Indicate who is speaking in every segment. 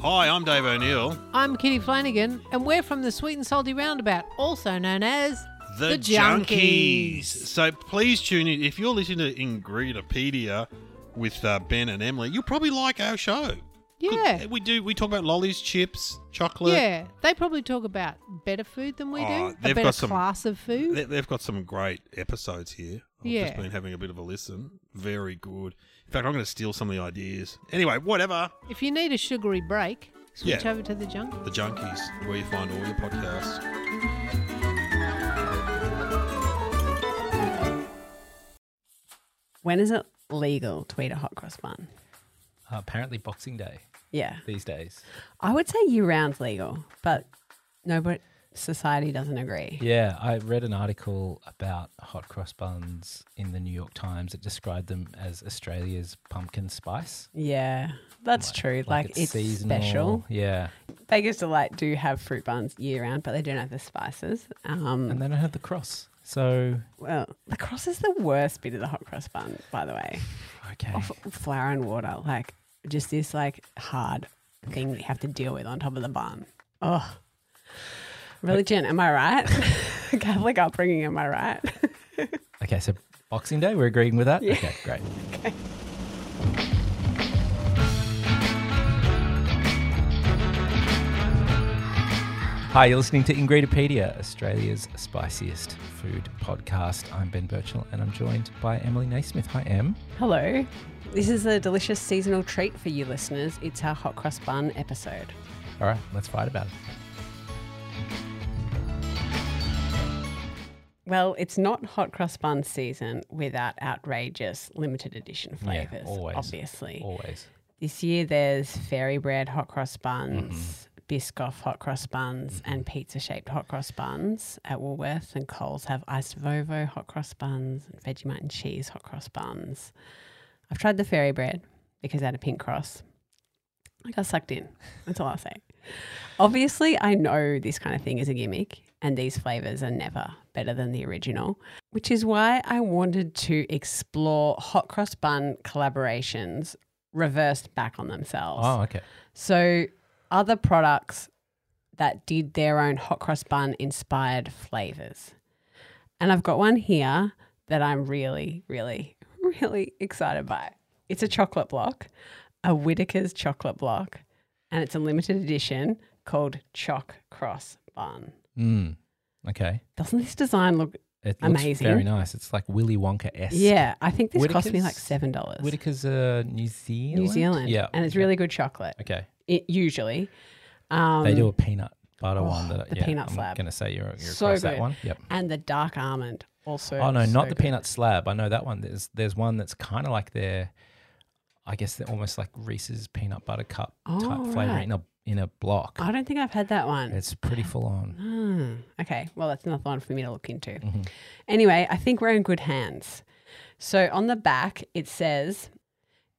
Speaker 1: Hi, I'm Dave O'Neill.
Speaker 2: I'm Kitty Flanagan, and we're from the Sweet and Salty Roundabout, also known as
Speaker 1: So please tune in. If you're listening to Ingridopedia with uh, Ben and Emily, you'll probably like our show.
Speaker 2: Yeah.
Speaker 1: Good- We do. We talk about lollies, chips, chocolate.
Speaker 2: Yeah, they probably talk about better food than we
Speaker 1: Oh,
Speaker 2: do, a
Speaker 1: they've
Speaker 2: better
Speaker 1: got some-
Speaker 2: class of food.
Speaker 1: They- They've got some great episodes here. I've just
Speaker 2: Yeah.
Speaker 1: been having a bit of a listen. Very good. In fact, I'm going to steal some of the ideas. Anyway, whatever.
Speaker 2: If you need a sugary break, switch
Speaker 1: Yeah.
Speaker 2: over to the junk.
Speaker 1: The Junkies, where you find all your podcasts.
Speaker 3: When is it legal to eat a hot cross bun?
Speaker 4: uh, apparently, Boxing Day
Speaker 3: Yeah.
Speaker 4: these days.
Speaker 3: I would say year round's legal, but nobody, society doesn't agree.
Speaker 4: Yeah, I read an article about hot cross buns in the New York Times. It described them as Australia's pumpkin spice.
Speaker 3: Yeah, that's true. Like, it's, special.
Speaker 4: Yeah.
Speaker 3: Vegas Delight do have fruit buns year round, but they don't have the spices. Um,
Speaker 4: And then I have the cross. So,
Speaker 3: well, the cross is the worst bit of the hot cross bun, by the way.
Speaker 4: okay.
Speaker 3: F- flour and water, like just this like hard thing that you have to deal with on top of the bun. Oh, religion, am I right? Catholic upbringing, am I right?
Speaker 4: Okay, so Boxing Day, we're agreeing with that? Okay, great. Hi, you're listening to Ingridopedia, Australia's spiciest food podcast. I'm Ben Birchall and I'm joined by Emily Naismith. Hi, Em.
Speaker 3: Hello. This is a delicious seasonal treat for you listeners. It's our hot cross bun episode.
Speaker 4: All right, let's fight about it.
Speaker 3: Well, it's not hot cross bun season without outrageous limited edition
Speaker 4: Yeah,
Speaker 3: flavors,
Speaker 4: always.
Speaker 3: obviously.
Speaker 4: Always.
Speaker 3: This year there's fairy bread hot cross
Speaker 4: Mm-hmm.
Speaker 3: buns, Biscoff hot cross buns, and pizza shaped hot cross buns at Woolworths. And Coles have iced Vovo hot cross buns and Vegemite and cheese hot cross buns. I've tried the fairy bread because I had a pink cross. I got sucked in. That's all I'll say. Obviously, I know this kind of thing is a gimmick, and these flavors are never better than the original, which is why I wanted to explore hot cross bun collaborations reversed back on themselves.
Speaker 4: Oh, okay.
Speaker 3: So, other products that did their own hot cross bun inspired flavors. And I've got one here that I'm really, really, really excited by. It's a chocolate block, a Whitaker's chocolate block, and it's a limited edition called Choc Cross Bun.
Speaker 4: Mm. Okay.
Speaker 3: Doesn't this design look?
Speaker 4: It looks
Speaker 3: Amazing.
Speaker 4: very nice. It's like Willy Wonka esque.
Speaker 3: Yeah, I think this cost me
Speaker 4: Whittaker's-
Speaker 3: like seven dollars.
Speaker 4: Whitaker's uh, New Zealand.
Speaker 3: New Zealand,
Speaker 4: Yeah.
Speaker 3: and it's
Speaker 4: okay.
Speaker 3: really good chocolate.
Speaker 4: Okay.
Speaker 3: It, usually, um,
Speaker 4: they do a peanut butter
Speaker 3: oh,
Speaker 4: one that
Speaker 3: the
Speaker 4: yeah,
Speaker 3: peanut
Speaker 4: I'm
Speaker 3: slab.
Speaker 4: going to say you're, you're
Speaker 3: So
Speaker 4: across that
Speaker 3: good.
Speaker 4: one. Yep.
Speaker 3: and the dark almond also.
Speaker 4: Oh no,
Speaker 3: so
Speaker 4: not the
Speaker 3: good.
Speaker 4: peanut slab. I know that one. There's there's one that's kind of like their, I guess they're almost like Reese's peanut butter cup type
Speaker 3: Oh,
Speaker 4: flavor
Speaker 3: right.
Speaker 4: in a in a block.
Speaker 3: I don't think I've had that one.
Speaker 4: it's pretty full on.
Speaker 3: Hmm. Okay. Well, that's another one for me to look into.
Speaker 4: Mhm.
Speaker 3: Anyway, I think we're in good hands. So on the back, it says,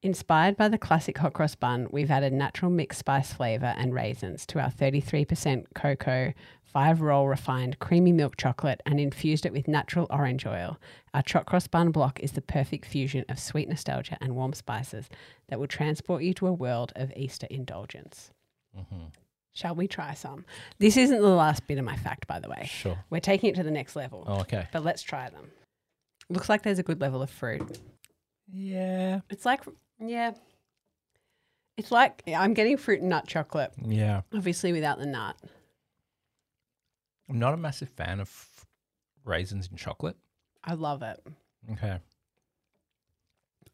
Speaker 3: inspired by the classic hot cross bun, we've added natural mixed spice flavor and raisins to our 33% cocoa, five roll refined creamy milk chocolate, and infused it with natural orange oil. Our choc cross bun block is the perfect fusion of sweet nostalgia and warm spices that will transport you to a world of Easter indulgence. Shall we try some? This isn't the last bit of my fact, by the way.
Speaker 4: Sure.
Speaker 3: We're taking it to the next level,
Speaker 4: Oh, okay.
Speaker 3: but let's try them. Looks like there's a good level of fruit.
Speaker 4: Yeah.
Speaker 3: It's like, yeah, it's like yeah, I'm getting fruit and nut chocolate,
Speaker 4: Yeah.
Speaker 3: obviously without the nut.
Speaker 4: I'm not a massive fan of raisins and chocolate.
Speaker 3: I love it.
Speaker 4: Okay.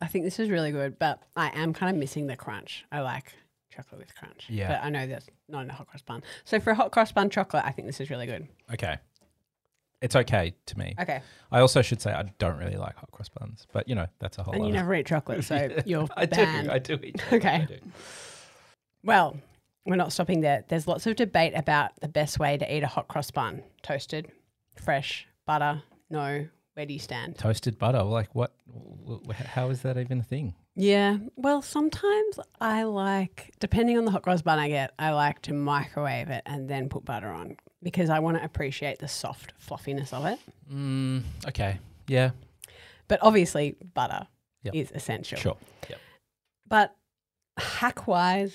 Speaker 3: I think this is really good, but I am kind of missing the crunch. I like chocolate with crunch.
Speaker 4: Yeah.
Speaker 3: But I know that's not in a hot cross bun. So for a hot cross bun chocolate, I think this is really good.
Speaker 4: Okay. It's okay to me.
Speaker 3: Okay.
Speaker 4: I also should say I don't really like hot cross buns, but you know that's a whole.
Speaker 3: and you
Speaker 4: other-
Speaker 3: never eat chocolate, so you're
Speaker 4: I
Speaker 3: banned.
Speaker 4: do. I do. Eat chocolate,
Speaker 3: Okay.
Speaker 4: I do.
Speaker 3: Well, we're not stopping there. There's lots of debate about the best way to eat a hot cross bun toasted, fresh, butter, no. Where do you stand?
Speaker 4: Toasted butter. Like what? wh- wh- How is that even a thing?
Speaker 3: Yeah. Well, sometimes I like, depending on the hot cross bun I get, I like to microwave it and then put butter on because I want to appreciate the soft fluffiness of it.
Speaker 4: Mm, okay. Yeah.
Speaker 3: But obviously, butter
Speaker 4: Yep.
Speaker 3: is essential.
Speaker 4: Sure. Yep.
Speaker 3: But hack wise,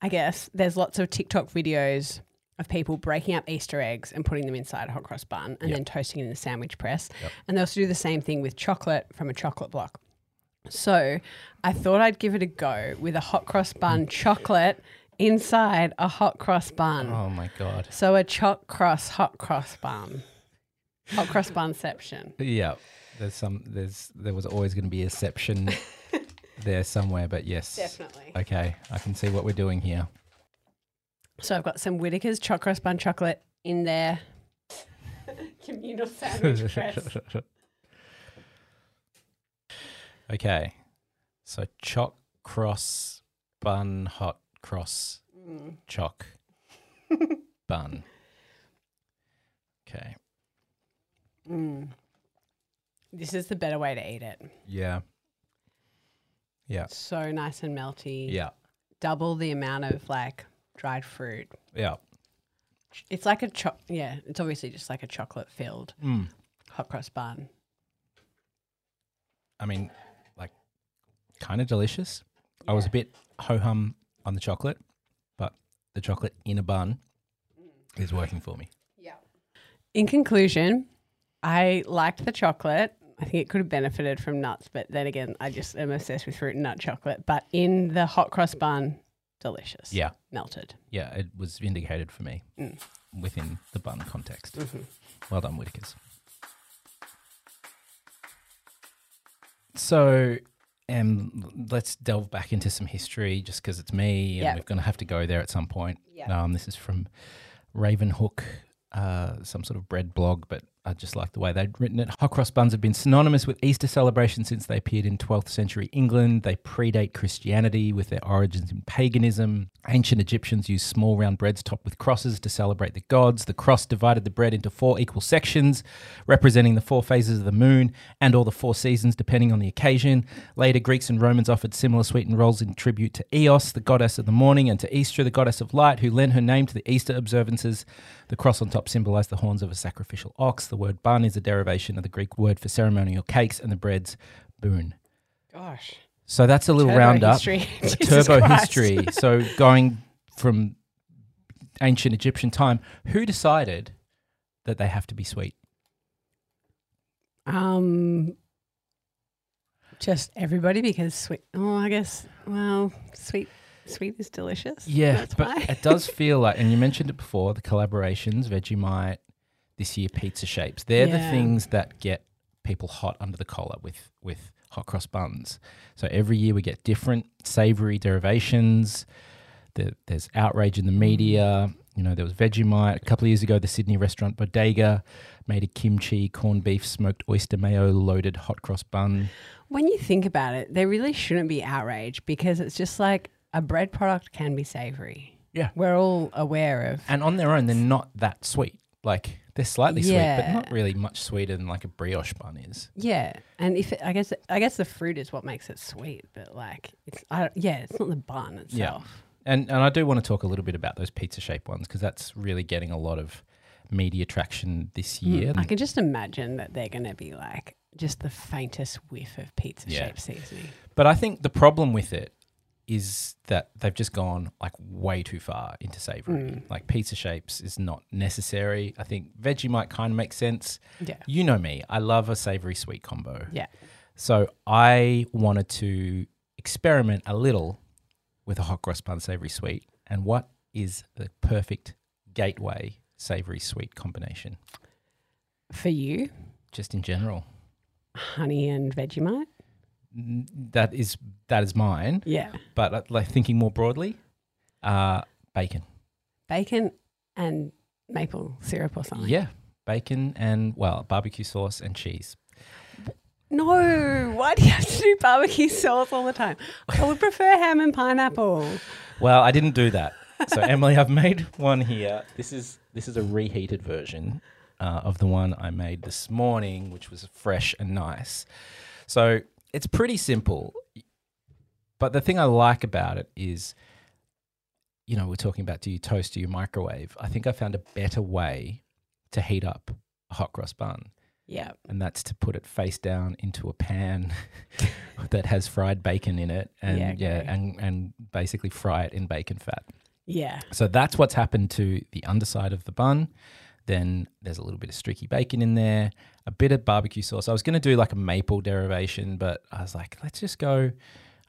Speaker 3: I guess there's lots of TikTok videos of people breaking up Easter eggs and putting them inside a hot cross bun and
Speaker 4: Yep.
Speaker 3: then toasting it in a sandwich press. And they also do the same thing with chocolate from a chocolate block. So I thought I'd give it a go with a hot cross bun
Speaker 4: Mm.
Speaker 3: chocolate inside a hot cross bun.
Speaker 4: Oh my god.
Speaker 3: So a choc cross hot cross bun. Hot cross bunception.
Speaker 4: Yeah. There's some. There's there was always going to be exception there somewhere, but yes.
Speaker 3: Definitely.
Speaker 4: Okay, I can see what we're doing here.
Speaker 3: So I've got some Whitaker's choc cross bun chocolate in there. Communal sandwich press.
Speaker 4: okay, so choc cross bun hot cross choc bun. Okay.
Speaker 3: Mm. This is the better way to eat it.
Speaker 4: Yeah. Yeah.
Speaker 3: So nice and melty.
Speaker 4: Yeah.
Speaker 3: Double the amount of like dried fruit.
Speaker 4: Yeah.
Speaker 3: It's like a choc. Yeah, it's obviously just like a chocolate filled
Speaker 4: Mm.
Speaker 3: hot cross bun.
Speaker 4: I mean, like, kind of delicious. I was a bit ho hum on the chocolate, but the chocolate in a bun is working for me.
Speaker 3: In conclusion, I liked the chocolate. I think it could have benefited from nuts, but then again, I just am obsessed with fruit and nut chocolate. But in the hot cross bun, delicious.
Speaker 4: Yeah.
Speaker 3: Melted.
Speaker 4: Yeah, it was vindicated for me within the bun context.
Speaker 3: Mm-hmm.
Speaker 4: Well done, Whitakers. So, um, let's delve back into some history just because it's me and
Speaker 3: Yeah.
Speaker 4: we're going to have to go there at some point.
Speaker 3: Yeah.
Speaker 4: Um, this is from Ravenhook, uh, some sort of bread blog, but I just like the way they'd written it. Hot cross buns have been synonymous with Easter celebration since they appeared in 12th century England. They predate Christianity with their origins in paganism. Ancient Egyptians used small round breads topped with crosses to celebrate the gods. The cross divided the bread into four equal sections, representing the four phases of the moon and all the four seasons, depending on the occasion. Later, Greeks and Romans offered similar sweetened rolls in tribute to Eos, the goddess of the morning, and to Istra, the goddess of light, who lent her name to the Easter observances. The cross on top symbolized the horns of a sacrificial ox. The word bun is a derivation of the Greek word for ceremonial cakes, and the bread's boon.
Speaker 3: Gosh.
Speaker 4: So that's a little
Speaker 3: Turbo
Speaker 4: roundup.
Speaker 3: history. Jesus
Speaker 4: Turbo
Speaker 3: Christ.
Speaker 4: history. so going from ancient Egyptian time, who decided that they have to be sweet?
Speaker 3: Um, just everybody because sweet. Oh, I guess. Well, sweet, sweet is delicious.
Speaker 4: Yeah,
Speaker 3: that's
Speaker 4: but
Speaker 3: why.
Speaker 4: it does feel like, and you mentioned it before, the collaborations, Vegemite, this year pizza shapes. They're the
Speaker 3: Yeah.
Speaker 4: things that get people hot under the collar with with hot cross buns. So every year we get different savory derivations. There, there's outrage in
Speaker 3: Mm.
Speaker 4: the media. You know, there was Vegemite a couple of years ago. The Sydney restaurant Bodega made a kimchi, corned beef, smoked oyster mayo loaded hot cross bun.
Speaker 3: When you think about it, there really shouldn't be outrage because it's just like a bread product can be savory.
Speaker 4: Yeah.
Speaker 3: We're all aware of.
Speaker 4: And on their own, they're not that sweet. Like they're slightly sweet, but
Speaker 3: Yeah.
Speaker 4: not really much sweeter than like a brioche bun is.
Speaker 3: Yeah, and if it, I guess I guess the fruit is what makes it sweet, but like it's I don't- yeah, it's not the bun itself.
Speaker 4: And and I do want to talk a little bit about those pizza shaped ones because that's really getting a lot of media traction this year.
Speaker 3: I can just imagine that they're going to be like just the faintest whiff of pizza
Speaker 4: Yeah.
Speaker 3: shaped seasoning.
Speaker 4: But I think the problem with it is that they've just gone like way too far into savory.
Speaker 3: Hmm. Mm,
Speaker 4: Like pizza shapes is not necessary. I think veggie might kind of make sense.
Speaker 3: Yeah.
Speaker 4: You know me, I love a savory sweet combo.
Speaker 3: Yeah.
Speaker 4: So I wanted to experiment a little with a hot cross bun savory sweet. And what is the perfect gateway savory sweet combination?
Speaker 3: For you,
Speaker 4: Just in general,
Speaker 3: honey and Vegemite.
Speaker 4: that is that is mine.
Speaker 3: Yeah.
Speaker 4: But uh, like thinking more broadly, uh, bacon.
Speaker 3: Bacon and maple syrup or something.
Speaker 4: Yeah, bacon and well, barbecue sauce and cheese.
Speaker 3: No, why do you have to do barbecue sauce all the time? I would prefer ham and pineapple.
Speaker 4: Well, I didn't do that. So Emily, I've made one here. This is this is a reheated version uh, of the one I made this morning, which was fresh and nice. So it's pretty simple, but the thing I like about it is, you know, we're talking about do you toast, do you microwave? I think I found a better way to heat up a hot cross bun,
Speaker 3: Yeah.
Speaker 4: and that's to put it face down into a pan that has fried bacon in it, and yeah,
Speaker 3: Yeah, okay.
Speaker 4: and and basically fry it in bacon fat.
Speaker 3: Yeah.
Speaker 4: So that's what's happened to the underside of the bun. Then there's a little bit of streaky bacon in there, a bit of barbecue sauce. I was going to do like a maple derivation, but I was like, let's just go.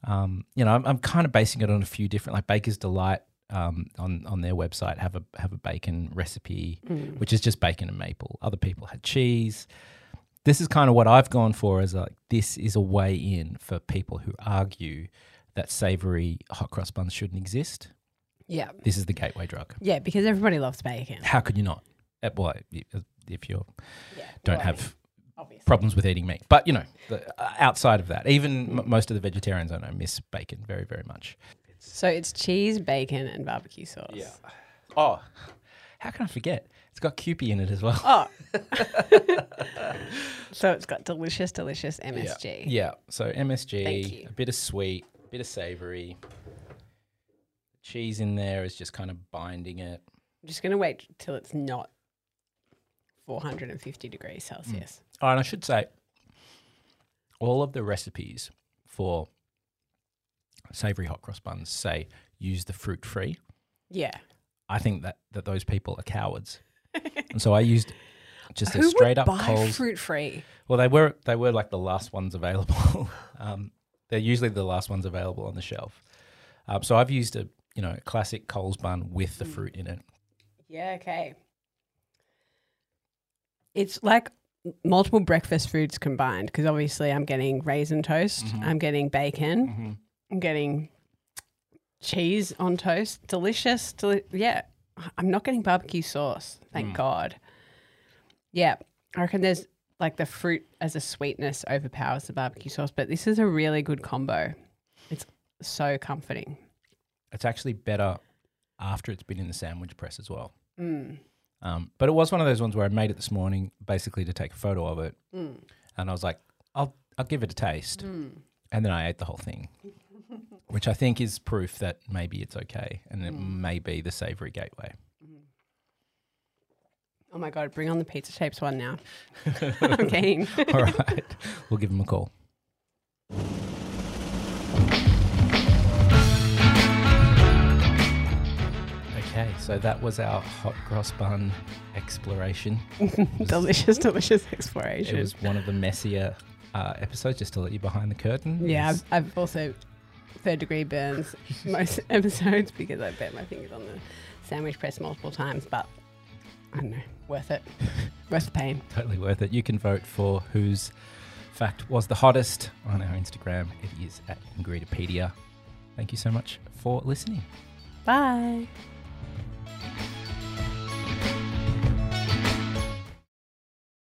Speaker 4: Um, you know, I'm, I'm kind of basing it on a few different, like Baker's Delight um, on on their website have a have a bacon recipe, which is just bacon and maple. Other people had cheese. This is kind of what I've gone for. Is like this is a way in for people who argue that savory hot cross buns shouldn't exist.
Speaker 3: Yeah.
Speaker 4: This is the gateway drug
Speaker 3: Yeah, because everybody loves bacon.
Speaker 4: how could you not? Uh, Well, y- if you
Speaker 3: Yeah.
Speaker 4: don't
Speaker 3: well,
Speaker 4: have
Speaker 3: obviously.
Speaker 4: problems with eating meat, but you know, the, uh, outside of that, even m- most of the vegetarians I know miss bacon very, very much.
Speaker 3: So it's cheese, bacon, and barbecue sauce.
Speaker 4: Oh, how can I forget? It's got Kewpie in it as well.
Speaker 3: Oh. so it's got delicious, delicious MSG.
Speaker 4: Yeah. So
Speaker 3: Thank you.
Speaker 4: MSG, a bit of sweet, bit of savory. Cheese in there is just kind of binding it.
Speaker 3: I'm just going to wait till it's not 450 degrees Celsius.
Speaker 4: Oh, and I should say, all of the recipes for savory hot cross buns say use the fruit free.
Speaker 3: Yeah.
Speaker 4: I think that, that those people are cowards, and so I used just a
Speaker 3: Who
Speaker 4: straight
Speaker 3: would
Speaker 4: up
Speaker 3: buy
Speaker 4: Coles.
Speaker 3: fruit free?
Speaker 4: Well, they were they were like the last ones available. um, they're usually the last ones available on the shelf. Um, so I've used a you know a classic Coles bun with
Speaker 3: Mm.
Speaker 4: the fruit in it.
Speaker 3: Yeah, okay. It's like m- multiple breakfast foods combined because obviously I'm getting raisin toast, I'm getting bacon, I'm getting cheese on toast. Delicious. Deli- yeah. I'm not getting barbecue sauce. Thank God. Yeah. I reckon there's like the fruit as a sweetness overpowers the barbecue sauce, but this is a really good combo. It's so comforting.
Speaker 4: It's actually better after it's been in the sandwich press as well.
Speaker 3: Mm.
Speaker 4: Um, but it was one of those ones where I made it this morning, basically to take a photo of it,
Speaker 3: Mm.
Speaker 4: and I was like, I'll I'll give it a taste,
Speaker 3: Mm.
Speaker 4: and then I ate the whole thing, which I think is proof that maybe it's okay, and it
Speaker 3: Mm.
Speaker 4: may be the savory gateway.
Speaker 3: Oh my god, bring on the pizza shapes one now. I'm keen.
Speaker 4: All right, we'll give him a call. Okay, so that was our hot cross bun exploration.
Speaker 3: delicious, delicious exploration.
Speaker 4: It was one of the messier uh, episodes, just to let you behind the curtain.
Speaker 3: yeah,
Speaker 4: It's-
Speaker 3: I've, I've also third degree burns most episodes because I bet my fingers on the sandwich press multiple times, but I don't know, worth it. worth the pain.
Speaker 4: totally worth it. You can vote for whose fact was the hottest on our Instagram. It is at Ingridipedia. Thank you so much for listening.
Speaker 3: Bye.